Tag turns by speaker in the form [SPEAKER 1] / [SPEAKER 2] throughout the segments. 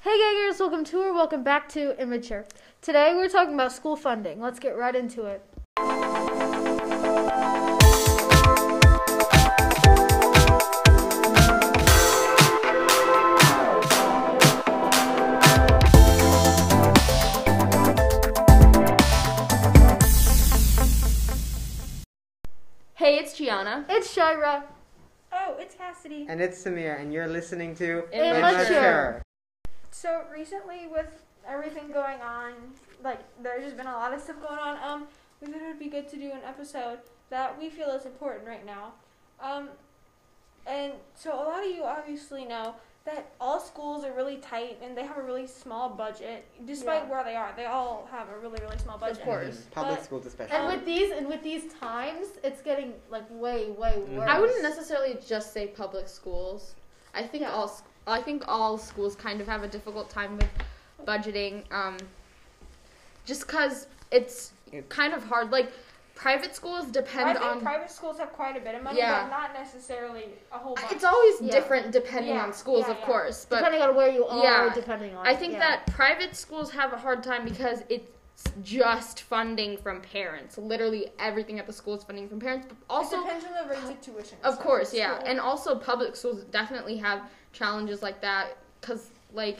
[SPEAKER 1] Hey Gaggers, welcome to or welcome back to Immature. Today we're talking about school funding. Let's get right into it.
[SPEAKER 2] Hey, it's Gianna.
[SPEAKER 1] It's Shira.
[SPEAKER 3] Oh, it's Cassidy.
[SPEAKER 4] And it's Samir, and you're listening to
[SPEAKER 1] Immature.
[SPEAKER 3] So recently, with everything going on, like there's just been a lot of stuff going on. Um, we thought it would be good to do an episode that we feel is important right now. Um, and so a lot of you obviously know that all schools are really tight and they have a really small budget, despite
[SPEAKER 2] Yeah.
[SPEAKER 3] where they are. They all have a really really small budget.
[SPEAKER 2] Of course.
[SPEAKER 4] Mhm. Public
[SPEAKER 3] But-
[SPEAKER 4] schools, especially.
[SPEAKER 2] Oh.
[SPEAKER 1] And with these and with these times, it's getting like way, way
[SPEAKER 4] Mhm.
[SPEAKER 1] worse.
[SPEAKER 2] Mm-hmm. I wouldn't necessarily just say public schools. I think
[SPEAKER 3] Yeah.
[SPEAKER 2] all sc- I think all schools kind of have a difficult time with budgeting. Um, just because it's
[SPEAKER 4] It-
[SPEAKER 2] kind of hard. Like private schools
[SPEAKER 3] I
[SPEAKER 2] depend
[SPEAKER 3] think
[SPEAKER 2] on.
[SPEAKER 3] private schools have quite a bit of money,
[SPEAKER 2] um, Yeah.
[SPEAKER 3] but not necessarily a whole bunch.
[SPEAKER 2] it's always
[SPEAKER 1] Yeah.
[SPEAKER 2] different depending
[SPEAKER 3] Yeah,
[SPEAKER 2] on schools,
[SPEAKER 3] yeah,
[SPEAKER 2] of
[SPEAKER 3] yeah.
[SPEAKER 2] course. But
[SPEAKER 1] depending on where you are,
[SPEAKER 2] Yeah.
[SPEAKER 1] depending on
[SPEAKER 2] I think
[SPEAKER 1] yeah.
[SPEAKER 2] that private schools have a hard time because it's just funding from parents. Literally everything at the school is funding from parents, but also
[SPEAKER 3] it depends on the rates of tuition. and
[SPEAKER 2] Of
[SPEAKER 3] stuff
[SPEAKER 2] course,
[SPEAKER 3] at
[SPEAKER 2] yeah.
[SPEAKER 3] school.
[SPEAKER 2] And also, public schools definitely have challenges like that because, like,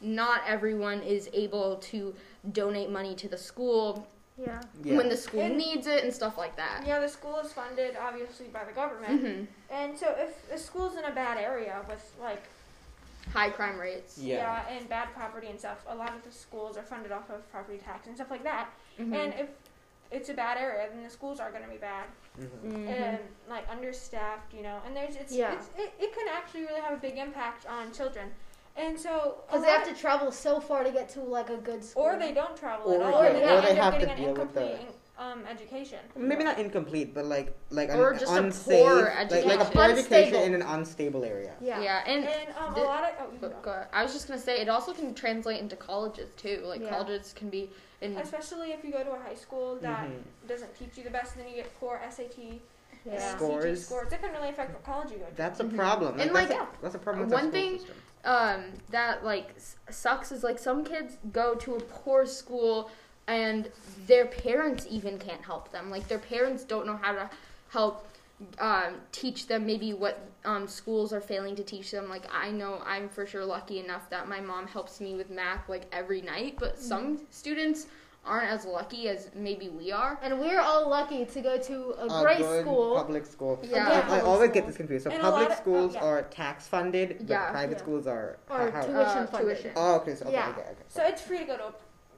[SPEAKER 2] not everyone is able to donate money to the school
[SPEAKER 1] yeah.
[SPEAKER 4] yeah.
[SPEAKER 2] when the school
[SPEAKER 3] And-
[SPEAKER 2] needs it and stuff like that.
[SPEAKER 3] Yeah, the school is funded obviously by the government,
[SPEAKER 2] hmm
[SPEAKER 3] and so if the school's in a bad area with like
[SPEAKER 2] High crime rates.
[SPEAKER 4] yeah.
[SPEAKER 3] and bad property and stuff, a lot of the schools are funded off of property tax and stuff like that.
[SPEAKER 1] Mm-hmm.
[SPEAKER 2] Mhm.
[SPEAKER 3] And if it's a bad area, then the schools are going to be bad
[SPEAKER 4] Mhm.
[SPEAKER 2] Mhm.
[SPEAKER 3] and like understaffed, you know. And there's it's,
[SPEAKER 1] Mm-hmm. Yeah.
[SPEAKER 3] it's it, it can actually really have a big impact on children, and so a
[SPEAKER 1] Because they have
[SPEAKER 3] lot-
[SPEAKER 1] to travel so far to get to like a good school.
[SPEAKER 3] or they don't travel
[SPEAKER 4] Or-
[SPEAKER 3] at all,
[SPEAKER 1] yeah,
[SPEAKER 3] and then
[SPEAKER 1] or
[SPEAKER 3] they
[SPEAKER 1] they
[SPEAKER 3] end up
[SPEAKER 4] have to
[SPEAKER 3] getting an
[SPEAKER 4] deal with the-
[SPEAKER 3] incomplete um, education.
[SPEAKER 4] Maybe not incomplete, but like like an
[SPEAKER 2] Or just a
[SPEAKER 4] unsafe,
[SPEAKER 2] poor
[SPEAKER 4] like, like a
[SPEAKER 2] education.
[SPEAKER 4] poor education
[SPEAKER 1] Unstable.
[SPEAKER 4] in an unstable area.
[SPEAKER 1] yeah.
[SPEAKER 2] Yeah, And,
[SPEAKER 3] And um, a
[SPEAKER 2] the-
[SPEAKER 3] lot of oh, you can go.
[SPEAKER 2] but go- I was just gonna say it also can translate into colleges too. Like
[SPEAKER 1] Yeah.
[SPEAKER 2] colleges can be in.
[SPEAKER 3] Especially if you go to a high school that
[SPEAKER 4] Mhm.
[SPEAKER 3] doesn't teach you the best, then you get poor SAT
[SPEAKER 1] Yeah.
[SPEAKER 3] and
[SPEAKER 4] School.
[SPEAKER 3] CT
[SPEAKER 4] Scores.
[SPEAKER 3] scores. That can really affect what college you go to.
[SPEAKER 4] That's a problem. Like,
[SPEAKER 2] And, like,
[SPEAKER 4] that's, a, that's a problem with our
[SPEAKER 2] one
[SPEAKER 4] school
[SPEAKER 2] thing-
[SPEAKER 4] system.
[SPEAKER 2] um, that like s- sucks is like some kids go to a poor school and their parents even can't help them. Like their parents don't know how to help um, teach them maybe what um, schools are failing to teach them. Like I know I'm for sure lucky enough that my mom helps me with math like every night, but some students aren't as lucky as maybe we are.
[SPEAKER 1] And we're all lucky to go to a,
[SPEAKER 4] A
[SPEAKER 1] great
[SPEAKER 4] Uh, good
[SPEAKER 1] school.
[SPEAKER 4] Public school.
[SPEAKER 2] Yeah.
[SPEAKER 4] I- I
[SPEAKER 1] Public
[SPEAKER 4] always
[SPEAKER 1] school.
[SPEAKER 4] get this confused. So
[SPEAKER 3] And a lot
[SPEAKER 4] public
[SPEAKER 3] of- oh,
[SPEAKER 4] schools
[SPEAKER 3] yeah.
[SPEAKER 4] are tax funded, but
[SPEAKER 2] Yeah.
[SPEAKER 4] private
[SPEAKER 1] Yeah.
[SPEAKER 4] schools are.
[SPEAKER 1] or
[SPEAKER 4] how-
[SPEAKER 1] tuition
[SPEAKER 2] Uh,
[SPEAKER 1] funded.
[SPEAKER 2] tuition.
[SPEAKER 4] oh, okay. So okay,
[SPEAKER 1] Yeah.
[SPEAKER 4] okay, okay.
[SPEAKER 3] So it's free to go to a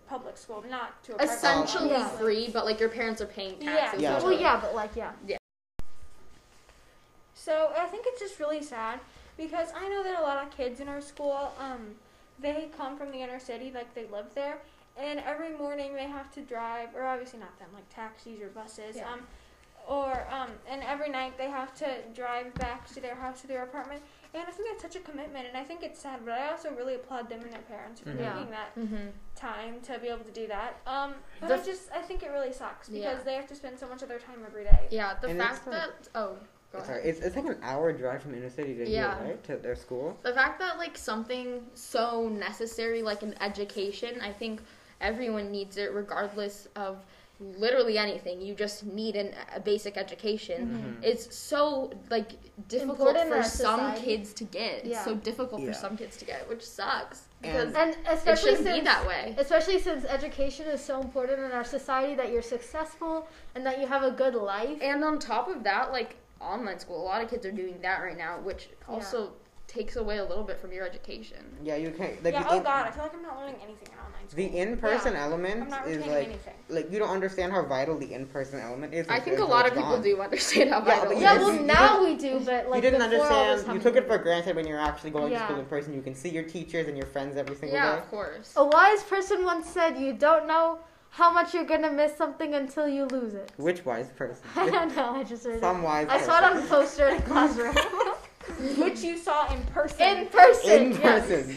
[SPEAKER 3] public school, not to a private school.
[SPEAKER 2] Essentially
[SPEAKER 1] Yeah.
[SPEAKER 2] free, but like your parents are paying
[SPEAKER 3] Yeah.
[SPEAKER 2] taxes.
[SPEAKER 4] Oh, Yeah.
[SPEAKER 2] which
[SPEAKER 1] Well,
[SPEAKER 2] are-
[SPEAKER 1] yeah, but like, yeah.
[SPEAKER 3] So I think it's just really sad because I know that a lot of kids in our school, um, they come from the inner city, like they live there, and every morning they have to drive, or obviously not them, like taxis or buses,
[SPEAKER 2] Yeah.
[SPEAKER 3] um, or um, and every night they have to drive back to their house to their apartment. And I think that's such a commitment, and I think it's sad, but I also really applaud them and their parents for
[SPEAKER 4] Mhm.
[SPEAKER 1] Yeah.
[SPEAKER 3] making that
[SPEAKER 2] Mhm.
[SPEAKER 3] time to be able to do that. Um, but
[SPEAKER 2] The
[SPEAKER 3] I
[SPEAKER 2] f-
[SPEAKER 3] just I think it really sucks because
[SPEAKER 2] Yeah.
[SPEAKER 3] they have to spend so much of their time every day.
[SPEAKER 2] Yeah, the
[SPEAKER 4] And it's
[SPEAKER 2] fact
[SPEAKER 4] like-
[SPEAKER 2] that oh, go ahead.
[SPEAKER 4] Sorry, it's, it's like an hour drive from inner city to
[SPEAKER 2] Yeah.
[SPEAKER 4] here, right? To their school.
[SPEAKER 2] The fact that like something so necessary like an education, I think everyone needs it regardless of literally anything. You just need an, a basic education.
[SPEAKER 4] Mhm.
[SPEAKER 2] It's so like difficult
[SPEAKER 1] Important in
[SPEAKER 2] for
[SPEAKER 1] our
[SPEAKER 2] some
[SPEAKER 1] society.
[SPEAKER 2] kids to get. It's
[SPEAKER 1] Yeah.
[SPEAKER 2] so difficult
[SPEAKER 4] Yeah.
[SPEAKER 2] for some kids to get, which sucks because
[SPEAKER 4] And-
[SPEAKER 1] And
[SPEAKER 2] it
[SPEAKER 1] especially
[SPEAKER 2] shouldn't
[SPEAKER 1] since
[SPEAKER 2] be that way.
[SPEAKER 1] Especially since education is so important in our society that you're successful and that you have a good life.
[SPEAKER 2] And on top of that, like online school, a lot of kids are doing that right now, which
[SPEAKER 1] Yeah.
[SPEAKER 2] also takes away a little bit from your education.
[SPEAKER 4] Yeah, you can't. Like,
[SPEAKER 3] yeah.
[SPEAKER 4] the
[SPEAKER 3] Oh
[SPEAKER 4] in-
[SPEAKER 3] God, I feel like I'm not learning anything in online school.
[SPEAKER 4] The in-person
[SPEAKER 3] I'm
[SPEAKER 4] element
[SPEAKER 3] not
[SPEAKER 4] is
[SPEAKER 3] retaining
[SPEAKER 4] like
[SPEAKER 3] anything.
[SPEAKER 4] like you don't understand how vital the in-person element is.
[SPEAKER 2] I think a
[SPEAKER 4] until
[SPEAKER 2] lot of
[SPEAKER 4] it's
[SPEAKER 2] people
[SPEAKER 4] gone.
[SPEAKER 2] do understand how
[SPEAKER 4] Yeah,
[SPEAKER 2] vital
[SPEAKER 4] but
[SPEAKER 2] it
[SPEAKER 4] you
[SPEAKER 1] yeah,
[SPEAKER 2] is.
[SPEAKER 4] didn't-
[SPEAKER 1] well
[SPEAKER 4] you
[SPEAKER 1] now we do, but like
[SPEAKER 4] you didn't
[SPEAKER 1] before all this
[SPEAKER 4] understand. You
[SPEAKER 1] happened-
[SPEAKER 4] took it for granted when you're actually going
[SPEAKER 1] Yeah.
[SPEAKER 4] to school in person. You can see your teachers and your friends every single
[SPEAKER 2] Yeah,
[SPEAKER 4] day.
[SPEAKER 2] of course.
[SPEAKER 1] A wise person once said, "You don't know how much you're gonna miss something until you lose it."
[SPEAKER 4] Which wise person?
[SPEAKER 1] I don't know. I just read it.
[SPEAKER 4] Some wise.
[SPEAKER 1] I
[SPEAKER 4] person.
[SPEAKER 1] saw it on a poster in a classroom.
[SPEAKER 3] which you saw in person.
[SPEAKER 1] in person.
[SPEAKER 4] in
[SPEAKER 1] yes.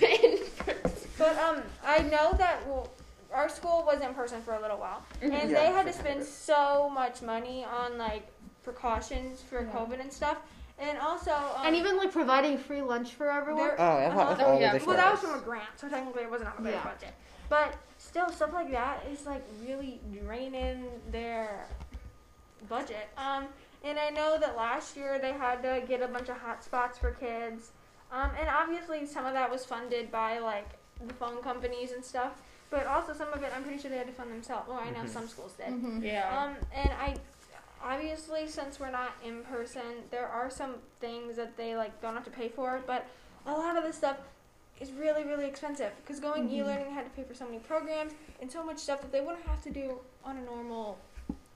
[SPEAKER 4] person.
[SPEAKER 3] but um, I know that well, our school was in person for a little while, and
[SPEAKER 4] Yeah.
[SPEAKER 3] they had to spend so much money on like precautions for
[SPEAKER 1] Yeah.
[SPEAKER 3] COVID and stuff. And also, um,
[SPEAKER 1] And even like providing free lunch for everyone.
[SPEAKER 3] there-
[SPEAKER 4] Oh, I thought that's
[SPEAKER 3] Uh-huh.
[SPEAKER 4] all
[SPEAKER 2] Yeah.
[SPEAKER 4] the
[SPEAKER 3] well, that was from a
[SPEAKER 4] shows.
[SPEAKER 3] grant, so technically it wasn't on the
[SPEAKER 1] Yeah.
[SPEAKER 3] budget. But still, stuff like that is like really draining their budget. Um, and I know that last year they had to get a bunch of hotspots for kids. Um, and obviously some of that was funded by like the phone companies and stuff. But also some of it, I'm pretty sure they had to fund themselves. Well, I know
[SPEAKER 4] Mhm.
[SPEAKER 3] some schools did.
[SPEAKER 2] Mhm.
[SPEAKER 5] Yeah.
[SPEAKER 3] Um, and I obviously since we're not in person, there are some things that they like don't have to pay for, but a lot of this stuff is really really expensive because going
[SPEAKER 2] Mhm.
[SPEAKER 3] e-learning had to pay for so many programs and so much stuff that they wouldn't have to do on a normal.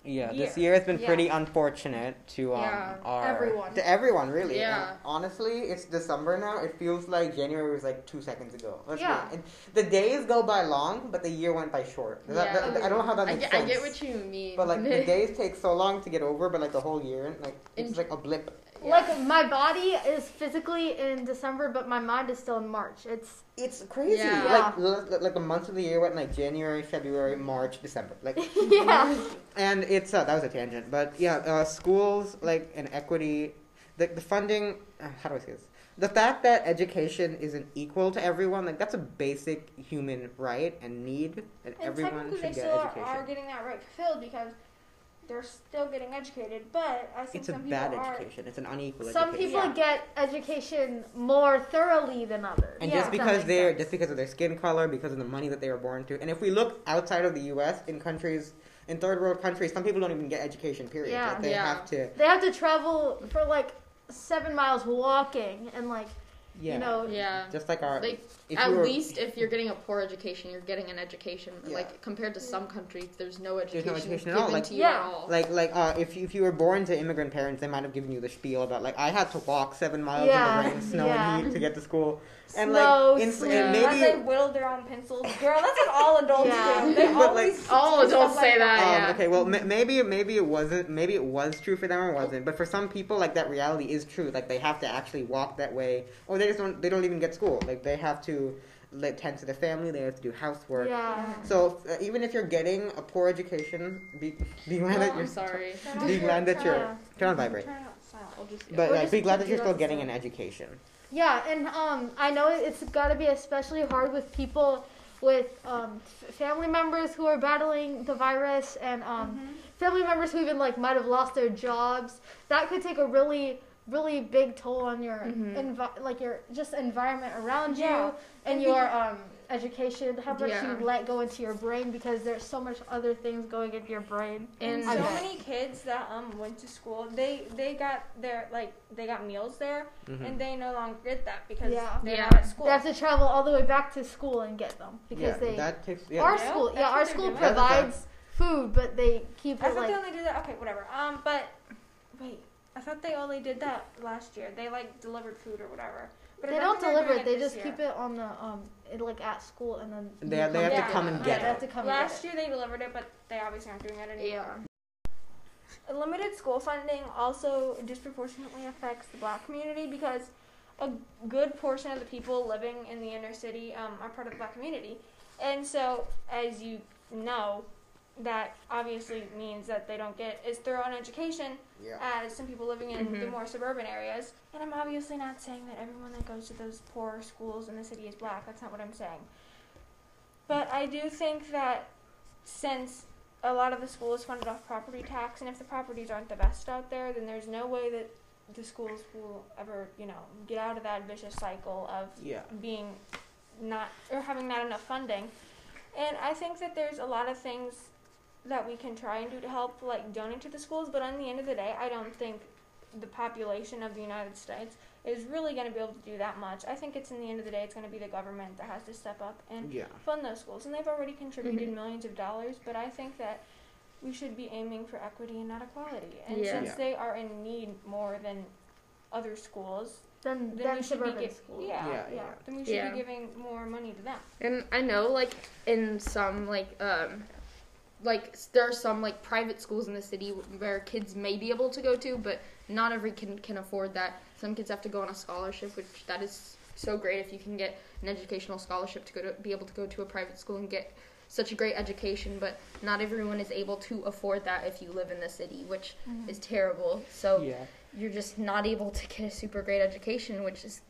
[SPEAKER 4] Yeah, this
[SPEAKER 3] year.
[SPEAKER 4] year has been
[SPEAKER 3] Yeah.
[SPEAKER 4] pretty unfortunate to um
[SPEAKER 2] Yeah,
[SPEAKER 4] our
[SPEAKER 1] everyone.
[SPEAKER 4] to everyone really.
[SPEAKER 2] Yeah.
[SPEAKER 4] And honestly, it's December now. It feels like January was like two seconds ago. Let's be
[SPEAKER 1] Yeah.
[SPEAKER 4] honest. the days go by long, but the year went by short. Does that-
[SPEAKER 2] Yeah.
[SPEAKER 4] that- I don't know how that
[SPEAKER 2] I
[SPEAKER 4] makes
[SPEAKER 2] get, I
[SPEAKER 4] sense.
[SPEAKER 2] get what you mean.
[SPEAKER 4] but like the days take so long to get over, but like the whole year, like it's
[SPEAKER 2] In-
[SPEAKER 4] like a blip.
[SPEAKER 2] Yeah.
[SPEAKER 1] Like my body is physically in December, but my mind is still in March. It's
[SPEAKER 4] It's crazy.
[SPEAKER 2] Yeah.
[SPEAKER 4] Like l- like the months of the year went like January, February, March, December. Like
[SPEAKER 1] yeah.
[SPEAKER 4] and it's uh, that was a tangent, but yeah, uh, schools like an equity, the, the funding. Uh, how do I say this? The fact that education isn't equal to everyone, like that's a basic human right and need, and,
[SPEAKER 3] And
[SPEAKER 4] everyone
[SPEAKER 3] technically,
[SPEAKER 4] should
[SPEAKER 3] they
[SPEAKER 4] get
[SPEAKER 3] still
[SPEAKER 4] education.
[SPEAKER 3] are getting that right fulfilled because they're still getting educated. But I think
[SPEAKER 4] it's a
[SPEAKER 3] some
[SPEAKER 4] bad
[SPEAKER 3] people are.
[SPEAKER 4] education. It's an unequal
[SPEAKER 1] Some
[SPEAKER 4] education.
[SPEAKER 1] people get education more thoroughly than others.
[SPEAKER 4] and
[SPEAKER 3] Yeah.
[SPEAKER 1] If
[SPEAKER 4] just
[SPEAKER 1] that
[SPEAKER 4] because
[SPEAKER 1] makes
[SPEAKER 4] they're
[SPEAKER 1] sense.
[SPEAKER 4] just because of their skin color, because of the money that they were born to, and if we look outside of the U.S. in countries in third world countries, some people don't even get education. Period.
[SPEAKER 1] Yeah.
[SPEAKER 4] Like, they
[SPEAKER 2] Yeah.
[SPEAKER 4] have to.
[SPEAKER 1] they have to travel for like seven miles walking and like
[SPEAKER 4] Yeah.
[SPEAKER 1] you know
[SPEAKER 2] yeah.
[SPEAKER 4] Just like our.
[SPEAKER 2] Like,
[SPEAKER 4] if
[SPEAKER 2] At
[SPEAKER 4] you were-
[SPEAKER 2] least if you're getting a poor education, you're getting an education.
[SPEAKER 4] Yeah.
[SPEAKER 2] Like compared to some countries, there's no
[SPEAKER 4] There's
[SPEAKER 2] education,
[SPEAKER 4] no education at all,
[SPEAKER 2] given
[SPEAKER 4] like-
[SPEAKER 2] to you
[SPEAKER 1] Yeah.
[SPEAKER 2] at all.
[SPEAKER 4] Like like uh, if you, if you were born to immigrant parents, they might have given you the spiel about like I had to walk seven miles
[SPEAKER 1] Yeah,
[SPEAKER 4] in the rain, snow,
[SPEAKER 1] yeah.
[SPEAKER 4] and heat to get to school, and
[SPEAKER 1] Snow,
[SPEAKER 4] like in,
[SPEAKER 1] sleet.
[SPEAKER 4] and
[SPEAKER 3] Unless they
[SPEAKER 4] maybe.
[SPEAKER 3] whittled their own pencils, girl. That's what all adults
[SPEAKER 1] Yeah.
[SPEAKER 3] do. They
[SPEAKER 4] But, like,
[SPEAKER 3] always
[SPEAKER 2] all
[SPEAKER 3] do stuff
[SPEAKER 2] adults
[SPEAKER 3] like
[SPEAKER 2] say that.
[SPEAKER 4] Um,
[SPEAKER 2] yeah.
[SPEAKER 4] Okay, well, m- maybe maybe it wasn't. Maybe it was true for them or wasn't. But for some people, like that reality is true. Like they have to actually walk that way, or they just don't. They don't even get school. Like they have to like, tend to their family. They have to do housework.
[SPEAKER 1] yeah
[SPEAKER 4] So uh, even if you're getting a poor education, be be glad
[SPEAKER 2] Oh,
[SPEAKER 4] that
[SPEAKER 2] I'm
[SPEAKER 4] you're
[SPEAKER 2] sorry.
[SPEAKER 3] Turn
[SPEAKER 4] be
[SPEAKER 3] off
[SPEAKER 4] glad
[SPEAKER 3] your-
[SPEAKER 4] that
[SPEAKER 3] turn
[SPEAKER 4] you're
[SPEAKER 3] off-
[SPEAKER 4] turn on vibrate.
[SPEAKER 3] Turn off silent.
[SPEAKER 2] I'll just.
[SPEAKER 4] But
[SPEAKER 1] Or
[SPEAKER 4] like,
[SPEAKER 1] just
[SPEAKER 4] be glad
[SPEAKER 1] keep
[SPEAKER 4] that you're
[SPEAKER 1] it
[SPEAKER 4] still
[SPEAKER 1] on
[SPEAKER 4] getting an
[SPEAKER 1] silent.
[SPEAKER 4] education.
[SPEAKER 1] yeah and um i know it's got to be especially hard with people with um f- family members who are battling the virus and um family members who even like might have lost their jobs that could take a really really big toll on your
[SPEAKER 2] Mhm.
[SPEAKER 1] envi- like your just environment around
[SPEAKER 3] Yeah.
[SPEAKER 1] you and
[SPEAKER 3] And
[SPEAKER 1] your um education how much
[SPEAKER 2] Yeah.
[SPEAKER 1] you let go into your brain because there's so much other things going into your brain
[SPEAKER 3] And
[SPEAKER 2] And
[SPEAKER 3] so
[SPEAKER 1] I bet.
[SPEAKER 3] many kids that um went to school, they they got their like they got meals there,
[SPEAKER 4] Mhm.
[SPEAKER 3] and they no longer get that because
[SPEAKER 1] Yeah.
[SPEAKER 3] they're
[SPEAKER 2] Yeah.
[SPEAKER 3] not at school.
[SPEAKER 1] they have to travel all the way back to school and get them because
[SPEAKER 4] yeah,
[SPEAKER 1] they
[SPEAKER 4] that takes yeah.
[SPEAKER 1] our
[SPEAKER 3] Yeah,
[SPEAKER 1] school
[SPEAKER 3] that's
[SPEAKER 1] yeah our
[SPEAKER 3] what they're
[SPEAKER 1] school
[SPEAKER 3] doing.
[SPEAKER 4] That's okay.
[SPEAKER 1] provides food but they keep
[SPEAKER 3] I
[SPEAKER 1] it
[SPEAKER 3] thought they
[SPEAKER 1] like
[SPEAKER 3] only did that. Okay, whatever. Um, but wait, I thought they only did that last year. They like delivered food or whatever. But
[SPEAKER 1] they
[SPEAKER 3] I
[SPEAKER 1] don't
[SPEAKER 3] think they're
[SPEAKER 1] deliver
[SPEAKER 3] doing
[SPEAKER 1] it they
[SPEAKER 3] this
[SPEAKER 1] just
[SPEAKER 3] year.
[SPEAKER 1] keep it on the um it, like at school and then
[SPEAKER 4] They-
[SPEAKER 1] you
[SPEAKER 4] they have
[SPEAKER 3] to
[SPEAKER 1] it.
[SPEAKER 3] come and
[SPEAKER 1] Yeah,
[SPEAKER 3] get
[SPEAKER 1] they
[SPEAKER 3] it.
[SPEAKER 1] have to come and get
[SPEAKER 3] Last
[SPEAKER 1] it.
[SPEAKER 3] year they delivered it, but they obviously aren't doing it anymore.
[SPEAKER 2] yeah.
[SPEAKER 3] limited school funding also disproportionately affects the black community because a good portion of the people living in the inner city um, are part of the black community. And so, as you know, that obviously means that they don't get as thorough an education
[SPEAKER 4] Yeah.
[SPEAKER 3] as some people living in the
[SPEAKER 2] Mhm.
[SPEAKER 3] more suburban areas. And I'm obviously not saying that everyone that goes to those poor schools in the city is black. That's not what I'm saying. But I do think that since a lot of the school is funded off property tax, and if the properties aren't the best out there, then there's no way that the schools will ever, you know, get out of that vicious cycle of
[SPEAKER 4] Yeah.
[SPEAKER 3] being not or having not enough funding. And I think that there's a lot of things that we can try and do to help, like donate to the schools. But on the end of the day, I don't think the population of the United States is really going to be able to do that much. I think it's in the end of the day, it's going to be the government that has to step up and
[SPEAKER 4] Yeah.
[SPEAKER 3] fund those schools, and they've already contributed
[SPEAKER 2] Mhm.
[SPEAKER 3] millions of dollars. But I think that we should be aiming for equity and not equality. And
[SPEAKER 2] Yeah.
[SPEAKER 3] since
[SPEAKER 4] Yeah.
[SPEAKER 3] they are in need more than other schools,
[SPEAKER 1] then
[SPEAKER 3] then we
[SPEAKER 1] then
[SPEAKER 3] should be
[SPEAKER 1] suburban
[SPEAKER 3] giving
[SPEAKER 1] school
[SPEAKER 3] yeah,
[SPEAKER 4] Yeah,
[SPEAKER 3] yeah,
[SPEAKER 4] yeah.
[SPEAKER 3] then we should
[SPEAKER 2] Yeah.
[SPEAKER 3] be giving more money to them.
[SPEAKER 2] And I know, like, in some, like, um, like s- there are some like private schools in the city where kids may be able to go to, but not every kid can afford that. Some kids have to go on a scholarship, which that is so great if you can get an educational scholarship to go to be able to go to a private school and get such a great education. But not everyone is able to afford that if you live in the city, which is terrible. So
[SPEAKER 4] Yeah.
[SPEAKER 2] you're just not able to get a super great education, which is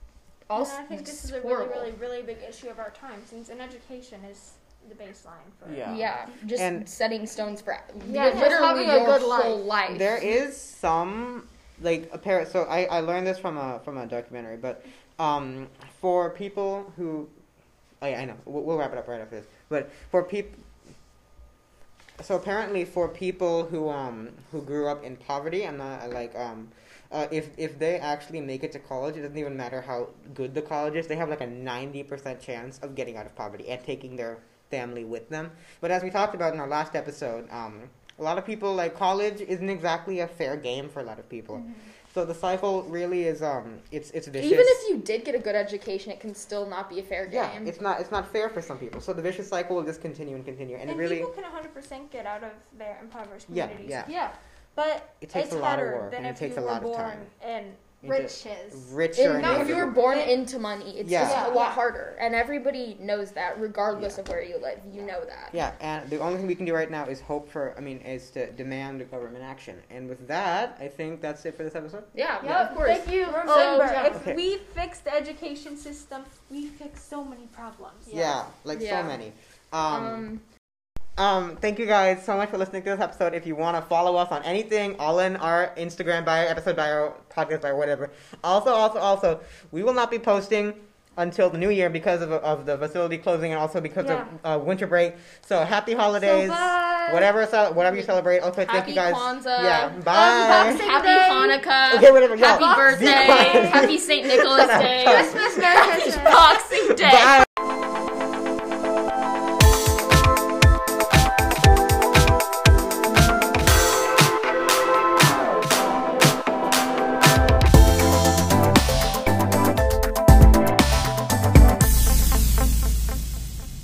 [SPEAKER 2] also
[SPEAKER 3] Also, and I think this is a really,
[SPEAKER 2] horrible.
[SPEAKER 3] really, really big issue of our time since an education is the baseline for
[SPEAKER 4] Yeah.
[SPEAKER 2] yeah, just
[SPEAKER 4] And-
[SPEAKER 2] setting stones for
[SPEAKER 1] Yeah, just
[SPEAKER 2] literally
[SPEAKER 1] having a
[SPEAKER 2] your
[SPEAKER 1] good
[SPEAKER 2] whole life.
[SPEAKER 4] There is some like a pair. So I, I learned this from a from a documentary, but um, for people who, oh yeah, I know. We'll, we'll wrap it up right after this. But for people, so apparently for people who um who grew up in poverty, I'm not I like um. Uh, if if they actually make it to college, it doesn't even matter how good the college is. They have like a ninety percent chance of getting out of poverty and taking their family with them. But as we talked about in our last episode, um, a lot of people like college isn't exactly a fair game for a lot of people. So the cycle really is um it's it's vicious.
[SPEAKER 2] Even if you did get a good education, it can still not be a fair game.
[SPEAKER 4] yeah, it's not it's not fair for some people. So the vicious cycle will just continue and continue, and,
[SPEAKER 3] And
[SPEAKER 4] it really
[SPEAKER 3] people can 100% get out of their impoverished
[SPEAKER 4] Yeah,
[SPEAKER 3] communities.
[SPEAKER 4] yeah.
[SPEAKER 1] Yeah,
[SPEAKER 3] But
[SPEAKER 4] it takes
[SPEAKER 3] it's
[SPEAKER 4] a lot of
[SPEAKER 3] harder
[SPEAKER 4] work
[SPEAKER 3] than
[SPEAKER 4] and it
[SPEAKER 3] if
[SPEAKER 4] takes
[SPEAKER 3] you
[SPEAKER 4] a
[SPEAKER 3] were
[SPEAKER 4] lot of
[SPEAKER 3] born
[SPEAKER 4] time.
[SPEAKER 3] in
[SPEAKER 4] Into
[SPEAKER 1] riches.
[SPEAKER 4] richer.
[SPEAKER 2] And now, if you were
[SPEAKER 4] miserable.
[SPEAKER 2] born into money, it's
[SPEAKER 4] Yeah.
[SPEAKER 2] just a
[SPEAKER 1] Yeah.
[SPEAKER 2] lot harder, and everybody knows that, regardless
[SPEAKER 4] Yeah.
[SPEAKER 2] of where you live. You know that.
[SPEAKER 4] Yeah, and the only thing we can do right now is hope for. I mean, is to demand government action. And with that, I think that's it for this episode.
[SPEAKER 2] Yeah,
[SPEAKER 1] Yeah,
[SPEAKER 2] of course.
[SPEAKER 1] Thank you. Oh,
[SPEAKER 3] Remember,
[SPEAKER 1] so
[SPEAKER 3] if
[SPEAKER 1] much.
[SPEAKER 4] Okay.
[SPEAKER 3] we fix the education system, we fix so many problems.
[SPEAKER 1] Yeah.
[SPEAKER 4] Yeah, like
[SPEAKER 2] Yeah.
[SPEAKER 4] so many.
[SPEAKER 2] Um,
[SPEAKER 4] um, Um, thank you guys so much for listening to this episode. If you want to follow us on anything, all in our Instagram bio, episode bio, podcast bio, whatever. Also, also, also, we will not be posting until the new year because of, of the facility closing and also because of uh, winter break. So happy holidays,
[SPEAKER 1] bye.
[SPEAKER 4] whatever cel- whatever you celebrate. Also, thank
[SPEAKER 2] happy
[SPEAKER 4] you guys.
[SPEAKER 2] Kwanzaa.
[SPEAKER 4] Yeah, bye.
[SPEAKER 1] Unboxing
[SPEAKER 2] Happy
[SPEAKER 1] Day.
[SPEAKER 2] Hanukkah.
[SPEAKER 4] Okay, whatever, yeah.
[SPEAKER 2] Happy
[SPEAKER 4] Be
[SPEAKER 2] birthday.
[SPEAKER 4] quiet.
[SPEAKER 2] Happy St. Nicholas
[SPEAKER 4] Shut up,
[SPEAKER 2] Day.
[SPEAKER 4] shut up.
[SPEAKER 1] Christmas, Merry Christmas.
[SPEAKER 2] Boxing Day.
[SPEAKER 4] Bye.